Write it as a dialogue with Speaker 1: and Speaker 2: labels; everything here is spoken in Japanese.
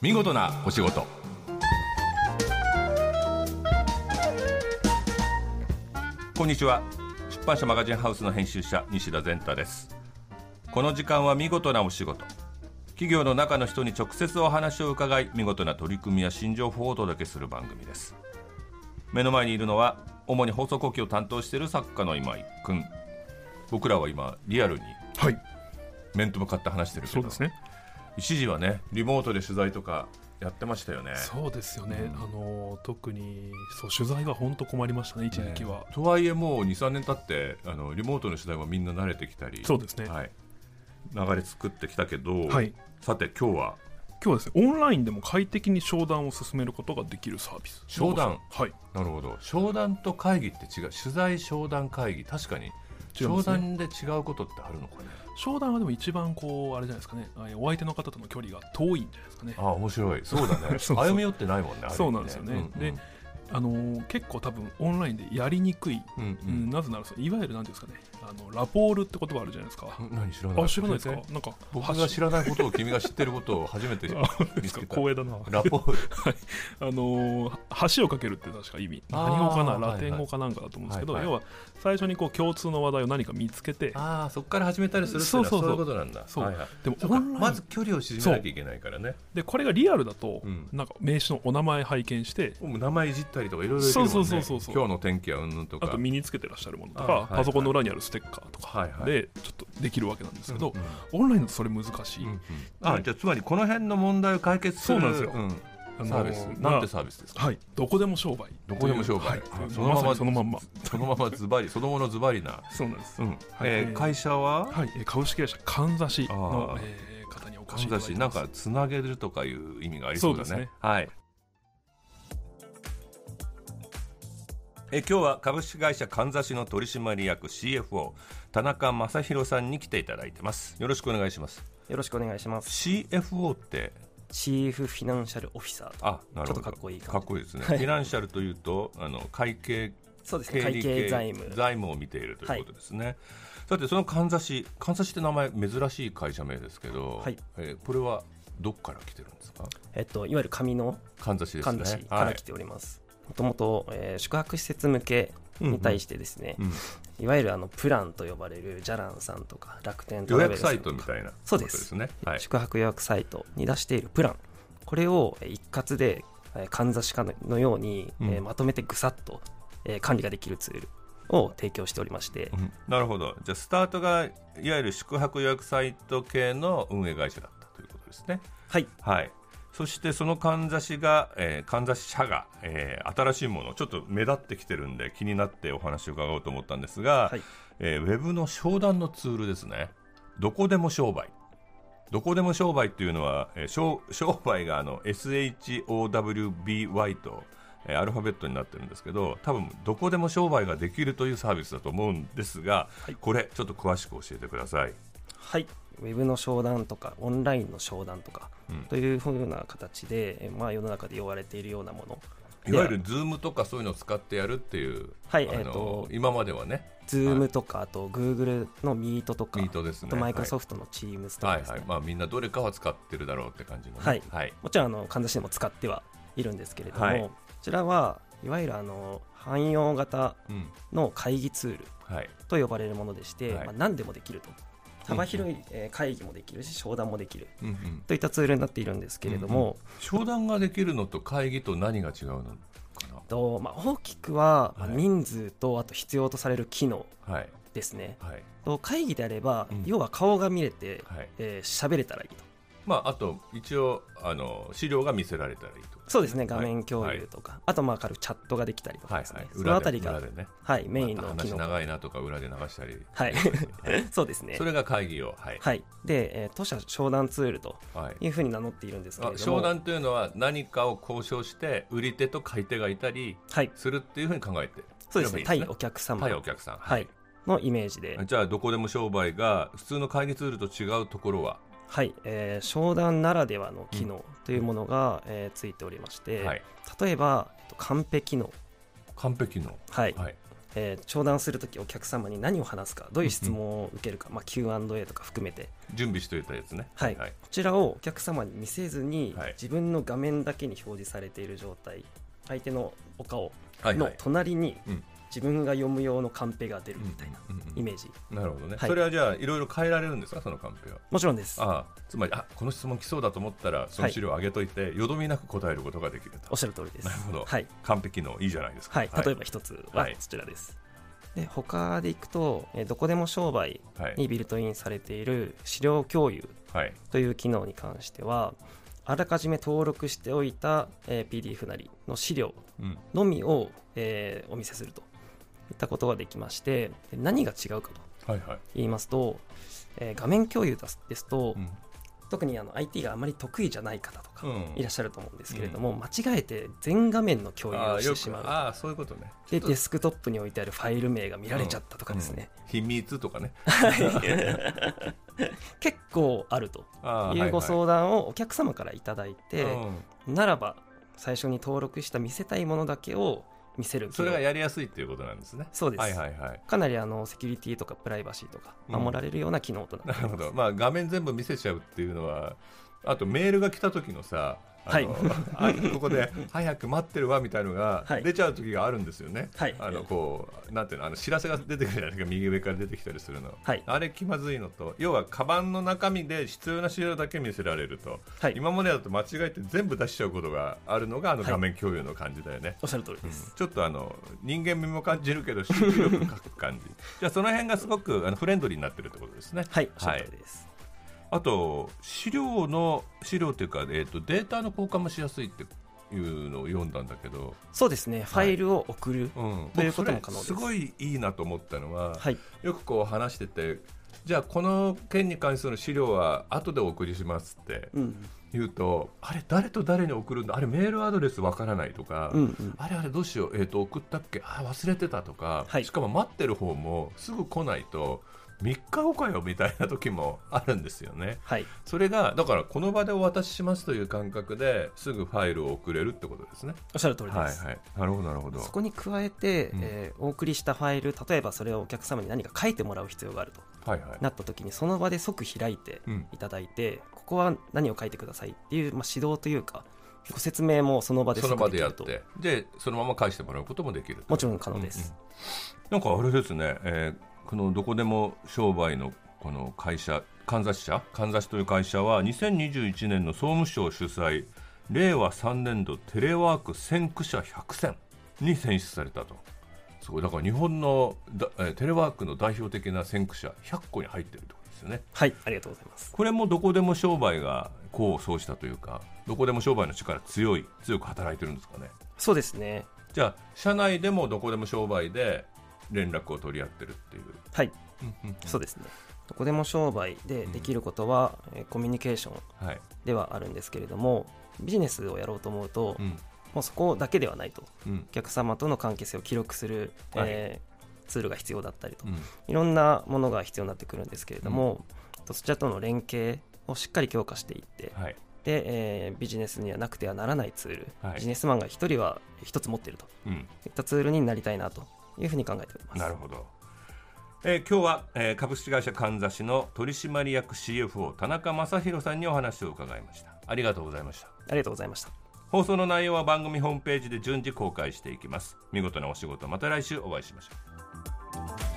Speaker 1: 見事なお仕事こんにちは出版社マガジンハウスの編集者西田善太ですこの時間は見事なお仕事企業の中の人に直接お話を伺い見事な取り組みや新情報をお届けする番組です目の前にいるのは主に放送後期を担当している作家の今井君僕らは今リアルに
Speaker 2: はい、
Speaker 1: 面と向かって話してるけ
Speaker 2: そう
Speaker 1: ど
Speaker 2: ですね。
Speaker 1: 一時はねリモートで取材とかやってましたよね
Speaker 2: そうですよね。あの特にそう取材が本当困りましたね一時期は。
Speaker 1: とはいえもう23年経ってあのリモートの取材はみんな慣れてきたり
Speaker 2: そうですね
Speaker 1: はい、流れ作ってきたけど、
Speaker 2: はい
Speaker 1: さて今日は
Speaker 2: 今日はですねオンラインでも快適に商談を進めることができるサービス。
Speaker 1: 商談
Speaker 2: はい。
Speaker 1: なるほど商談と会議って違う取材商談会議確かに、
Speaker 2: 違いま
Speaker 1: 商
Speaker 2: すね
Speaker 1: 談で違うことってあるのかね
Speaker 2: 商談はでも一番こうあれじゃないですかね。あお相手の方との距離が遠いんじゃないですかね
Speaker 1: あ。あ面白いそうだね
Speaker 2: そうそう
Speaker 1: 歩み寄ってないもんね
Speaker 2: そうなんですよね。
Speaker 1: あれ
Speaker 2: で
Speaker 1: ね。
Speaker 2: あの結構多分オンラインでやりにくい、
Speaker 1: うんうん
Speaker 2: うんなぜならそのいわゆるなんていうんですかねあのラポールって言葉あるじゃないですか、
Speaker 1: うんうん何知らない
Speaker 2: あ知らないですか
Speaker 1: 全然
Speaker 2: なんか
Speaker 1: 僕が知らないことを君が知ってることを初めて見つけた
Speaker 2: 光栄だな
Speaker 1: ラポール
Speaker 2: あのー橋を架けるって確か意味
Speaker 1: あー
Speaker 2: 何語か
Speaker 1: はい
Speaker 2: な
Speaker 1: はい
Speaker 2: ラテン語かなんかだと思うんですけど、
Speaker 1: はいはい
Speaker 2: 要は最初にこう共通の話題を何か見つけて
Speaker 1: ああそこから始めたりするっていうのはそ
Speaker 2: そううそう
Speaker 1: い
Speaker 2: そう
Speaker 1: うことなんだ
Speaker 2: そう
Speaker 1: はいはい
Speaker 2: でも
Speaker 1: そうか
Speaker 2: オンライン
Speaker 1: まず距離を縮めなきゃいけないからね
Speaker 2: でこれがリアルだと、
Speaker 1: うん
Speaker 2: なんか名刺のお名前拝見して
Speaker 1: もう名前いじったりとかいろいろできるもんね
Speaker 2: そうそうそうそう
Speaker 1: 今日の天気はうんぬんと
Speaker 2: あ
Speaker 1: か
Speaker 2: と身につけてらっしゃるものと
Speaker 1: あはい
Speaker 2: か
Speaker 1: はい
Speaker 2: パソコンの裏にあるステッカーとか
Speaker 1: はいはい
Speaker 2: でちょっとできるわけなんですけど、
Speaker 1: うんうん
Speaker 2: オンラインだとそれ難しい、
Speaker 1: うんうんあじゃあつまりこの辺の問題を解決する
Speaker 2: そうなんですよ
Speaker 1: ん
Speaker 2: あの
Speaker 1: サービス
Speaker 2: まあ
Speaker 1: なんてサービスですか
Speaker 2: はい、どこでも商売
Speaker 1: どこでも商売
Speaker 2: という
Speaker 1: あ
Speaker 2: はい、
Speaker 1: そのまま
Speaker 2: まさにそのまんま
Speaker 1: そのままズバリそのものズバリな
Speaker 2: そうなんです、
Speaker 1: うんえー
Speaker 2: えー
Speaker 1: 会社は
Speaker 2: はい、えー株式会社かんざしの
Speaker 1: あー、
Speaker 2: えー方にお越
Speaker 1: 神
Speaker 2: しいただ
Speaker 1: 田
Speaker 2: いて
Speaker 1: 市
Speaker 2: ます
Speaker 1: なんかつなげるとかいう意味がありそうだ
Speaker 2: そうで
Speaker 1: ね
Speaker 2: すね
Speaker 1: はいえ今日は株式会社かんざしの取締役 CFO 田中正宏さんに来ていただいてますよろしくお願いします
Speaker 3: よろしくお願いします。
Speaker 1: CFO って
Speaker 3: チーフフィナンシャルオフィサーと。
Speaker 1: あなるほど
Speaker 3: ちょっとかっこいい感じ
Speaker 1: かっこいいですね、フィナンシャルというとあの会計
Speaker 3: そうですね。
Speaker 1: 経
Speaker 3: 会
Speaker 1: 理
Speaker 3: 計財務。
Speaker 1: 財務を見ているということですね、さてそのかんざしかんざしって名前珍しい会社名ですけど、
Speaker 3: はい
Speaker 1: えーこれはどっから来てるんですか
Speaker 3: えっと、いわゆる紙の
Speaker 1: かんざしです
Speaker 3: か
Speaker 1: ね
Speaker 3: んだしか
Speaker 1: は
Speaker 3: ら
Speaker 1: い
Speaker 3: 来ております。もともと、えー宿泊施設向けに対してですね、
Speaker 1: うん、
Speaker 3: いわゆるあのプランと呼ばれるジャランさんとか楽天ト
Speaker 1: 予
Speaker 3: ラベ
Speaker 1: 約
Speaker 3: ルさ
Speaker 1: サ
Speaker 3: ん
Speaker 1: イ
Speaker 3: と
Speaker 1: トみ
Speaker 3: か、
Speaker 1: たいな
Speaker 3: そうです
Speaker 1: ことね、はい、
Speaker 3: 宿泊予約サイトに出しているプラン、これをえー一括で、えーかんざしかのように、
Speaker 1: うん
Speaker 3: えーまとめてぐさっと、えー管理ができるツールを提供しておりまして、
Speaker 1: うんなるほどじゃあスタートがいわゆる宿泊予約サイト系の運営会社だったということですね
Speaker 3: はい、
Speaker 1: はい、そしてそのかんざしが、えー、かんざし社が、えー新しいものちょっと目立ってきてるんで気になってお話を伺おうと思ったんですが、
Speaker 3: はい
Speaker 1: えーウェブの商談のツールですねどこでも商売どこでも商売っていうのは、えー商商売があの SHOWBY と、えーアルファベットになってるんですけど多分どこでも商売ができるというサービスだと思うんですが、
Speaker 3: はい
Speaker 1: これちょっと詳しく教えてください。
Speaker 3: はい、ウェブの商談とかオンラインの商談とか、
Speaker 1: うん
Speaker 3: というふうな形で、えまあ、世の中で呼ばれているようなもの
Speaker 1: いわゆる Zoom とかそういうのを使ってやるっていう、
Speaker 3: はい
Speaker 1: あ
Speaker 3: えー
Speaker 1: の
Speaker 3: と
Speaker 1: 今まではね、
Speaker 3: Zoom とか、あと Google の Meet とか、
Speaker 1: Meet ですね
Speaker 3: あと Microsoft の Teams とか
Speaker 1: はい
Speaker 3: ですね、
Speaker 1: はいまあ、みんなどれかは使ってるだろうって感じのね、
Speaker 3: はい
Speaker 1: はい
Speaker 3: もちろんあのかんざしでも使ってはいるんですけれども、
Speaker 1: はい
Speaker 3: こちらはいわゆるあの汎用型
Speaker 1: うん
Speaker 3: の会議ツール
Speaker 1: はい
Speaker 3: と呼ばれるものでして、
Speaker 1: はい
Speaker 3: まあ、何でもできると幅広いえー会議もできるし商談もできる
Speaker 1: うんうん、
Speaker 3: といったツールになっているんですけれど
Speaker 1: う
Speaker 3: も、
Speaker 1: ん商談ができるのと会議と何が違うのか
Speaker 3: とまあ、大きくはまあ
Speaker 1: はい
Speaker 3: 人数とあと必要とされる機能
Speaker 1: なはい
Speaker 3: ですね、
Speaker 1: はい
Speaker 3: と会議であれば、
Speaker 1: うん
Speaker 3: 要は顔が見れて
Speaker 1: はい
Speaker 3: えー喋れたらいいと
Speaker 1: まああと一応あの資料が見せられたらいいと
Speaker 3: そうですね
Speaker 1: はい
Speaker 3: 画面共有とか、あとまあ軽くチャットができたりとか
Speaker 1: はい
Speaker 3: ですね、
Speaker 1: はい
Speaker 3: そのあたり
Speaker 1: 裏
Speaker 3: が
Speaker 1: で、裏でね
Speaker 3: はい、メイン
Speaker 1: ま
Speaker 3: の
Speaker 1: た
Speaker 3: 機
Speaker 1: 話
Speaker 3: 能、
Speaker 1: 長いなとか裏で流したり
Speaker 3: はい そうですね
Speaker 1: それが会議をはい、
Speaker 3: はいで、えー、当社商談ツールと
Speaker 1: はい、
Speaker 3: いうふうに名乗っているんですけ
Speaker 1: あ
Speaker 3: れども
Speaker 1: 商談というのは何かを交渉して売り手と買い手がいたり
Speaker 3: はい
Speaker 1: するっていうふうに考えて
Speaker 3: そうです
Speaker 1: やれ
Speaker 3: ね
Speaker 1: ばいい
Speaker 3: 対
Speaker 1: です
Speaker 3: お
Speaker 1: ね
Speaker 3: 客様、
Speaker 1: 対お客さん、
Speaker 3: はいい、のイメージで、
Speaker 1: じゃあどこでも商売が普通の会議ツールと違うところは、
Speaker 3: はいえー商談ならではの機能というものが、えーついておりまして、
Speaker 1: はい、
Speaker 3: 例えば、えっと、カンペ機能
Speaker 1: 完璧の
Speaker 3: はい、
Speaker 1: はい
Speaker 3: えー商談するときお客様に何を話すかどういう質問を受けるか、まあ、Q&A とか含めて、
Speaker 1: 準備しておいたやつね
Speaker 3: はい
Speaker 1: はい
Speaker 3: こちらをお客様に見せずに、
Speaker 1: はい
Speaker 3: 自分の画面だけに表示されている状態相手のお顔
Speaker 1: はいは
Speaker 3: の
Speaker 1: い
Speaker 3: 隣に
Speaker 1: うん
Speaker 3: 自分が読む用のカンペが出るみたいな
Speaker 1: うんうんうん
Speaker 3: イメージ、
Speaker 1: なるほどね、
Speaker 3: はい
Speaker 1: それはじゃあいろいろ変えられるんですかそのカンペは
Speaker 3: もちろんです
Speaker 1: ああつまりあこの質問来そうだと思ったらその資料を上げといて、よどみなく答えることができると
Speaker 3: おっしゃる通りです
Speaker 1: なるほど
Speaker 3: はい
Speaker 1: 完璧のいいじゃないですか
Speaker 3: はい、例えば一つはそちらです、で他でいくとえーどこでも商売
Speaker 1: はい
Speaker 3: にビルトインされている資料共有
Speaker 1: はい
Speaker 3: という機能に関してはあらかじめ登録しておいた、えー PDF なりの資料
Speaker 1: うん
Speaker 3: のみを、えーお見せするといったことができましてで何が違うかと
Speaker 1: はいはい、
Speaker 3: 言いますと、えー画面共有ですですと、
Speaker 1: うん
Speaker 3: 特にあの IT があまり得意じゃない方とか
Speaker 1: うん
Speaker 3: いらっしゃると思うんですけれども、間違えて全画面の共有
Speaker 1: あ
Speaker 3: を
Speaker 1: あ
Speaker 3: し
Speaker 1: よ
Speaker 3: てし
Speaker 1: く
Speaker 3: まう
Speaker 1: ああそういうことね
Speaker 3: でデスクトップに置いてあるファイル名が見られちゃったとかですね、
Speaker 1: 秘密とかね
Speaker 3: 結構あると
Speaker 1: ああ
Speaker 3: いうご
Speaker 1: は
Speaker 3: 相談をお客様からいただいて、
Speaker 1: いはいうん
Speaker 3: ならば最初に登録した見せたいものだけを見せる
Speaker 1: それがやりやすいっていうことなんですね
Speaker 3: そうです
Speaker 1: はいはいはい
Speaker 3: かなりあのセキュリティとかプライバシーとか
Speaker 1: うん
Speaker 3: 守られるような機能とな
Speaker 1: な
Speaker 3: ってい
Speaker 1: る
Speaker 3: ます、
Speaker 1: ほど、まあ、画面全部見せちゃうっていうのはあとメールが来た時のさあの あここで「早く待ってるわ」みたいのが
Speaker 3: はい
Speaker 1: 出ちゃう時があるんですよね。
Speaker 3: はい
Speaker 1: あのこうなんていうのあの知らせが出てくるじゃないですか右上から出てきたりするの、
Speaker 3: はい
Speaker 1: あれ気まずいのと要はカバンの中身で必要な資料だけ見せられると、
Speaker 3: はい
Speaker 1: 今までだと間違えて全部出しちゃうことがあるのがあの
Speaker 3: はい
Speaker 1: 画面共有の感じだよね。
Speaker 3: おっしゃる通りです、
Speaker 1: ちょっとあの人間味も感じるけど集中力書く感じじゃあその辺がすごくあのフレンドリーになってるってことですね
Speaker 3: はいおっしゃる通りです、
Speaker 1: あと資料の資料というか、えー、とデータの交換もしやすいっていうのを読んだんだけど、
Speaker 3: そうですねファイルを送る、
Speaker 1: うん、
Speaker 3: ということも
Speaker 1: 僕
Speaker 3: 可能です
Speaker 1: それすごいいいなと思ったのは、
Speaker 3: はい
Speaker 1: よくこう話しててじゃあこの件に関する資料は後でお送りしますって
Speaker 3: うん
Speaker 1: 言うと、あれ誰と誰に送るんだあれメールアドレスわからないとか、
Speaker 3: うんうん
Speaker 1: あれあれどうしよう、えー、と送ったっけあ忘れてたとか、
Speaker 3: はい
Speaker 1: しかも待ってる方もすぐ来ないと3日後かよみたいな時もあるんですよね。
Speaker 3: はい
Speaker 1: それがだからこの場でお渡ししますという感覚ですぐファイルを送れるってことですね。
Speaker 3: おっしゃる通りです、
Speaker 1: はいはい、なるほどなるほど。
Speaker 3: そこに加えて、
Speaker 1: うん
Speaker 3: えーお送りしたファイル例えばそれをお客様に何か書いてもらう必要があると
Speaker 1: はいはい。
Speaker 3: なった時にその場で即開いて
Speaker 1: うん
Speaker 3: いただいて、ここは何を書いてくださいっていう、まあ、指導というかご説明もその場で
Speaker 1: その
Speaker 3: 即
Speaker 1: 場
Speaker 3: で
Speaker 1: で
Speaker 3: き
Speaker 1: や
Speaker 3: る
Speaker 1: っ
Speaker 3: と
Speaker 1: てでそのまま返してもらうこともできると
Speaker 3: もちろん可能です、
Speaker 1: なんかあれですね、えーこのどこでも商売のこの会社かんざし社かんざしという会社は2021年の総務省主催令和3年度テレワーク先駆者100選に選出されたとすごいだから日本のだ、えーテレワークの代表的な先駆者100個に入ってるってことですよね
Speaker 3: はいありがとうございます
Speaker 1: これもどこでも商売が功を奏したというかどこでも商売の力強い強く働いてるんですかね
Speaker 3: そうですね
Speaker 1: じゃあ社内でもどこでも商売で連絡を取り合ってるっていう
Speaker 3: はい
Speaker 1: うんうん
Speaker 3: そうですねどこでも商売でできることは、えーコミュニケーション
Speaker 1: はい、
Speaker 3: ではあるんですけれどもビジネスをやろうと思うと、
Speaker 1: うん
Speaker 3: もうそこだけではないと
Speaker 1: うん
Speaker 3: お客様との関係性を記録する、
Speaker 1: はい
Speaker 3: えーツールが必要だったりと、
Speaker 1: うん
Speaker 3: いろんなものが必要になってくるんですけれども、とそちらとの連携をしっかり強化していって、
Speaker 1: はい、
Speaker 3: でえービジネスにはなくてはならないツール、
Speaker 1: はい
Speaker 3: ビジネスマンが一人は一つ持っていると
Speaker 1: うん、
Speaker 3: いったツールになりたいなというふうに考えております。
Speaker 1: なるほど、えー今日は、えー株式会社かんざしの取締役 CFO 田中正宏さんにお話を伺いましたありがとうございました
Speaker 3: ありがとうございました。
Speaker 1: 放送の内容は番組ホームページで順次公開していきます見事なお仕事また来週お会いしましょう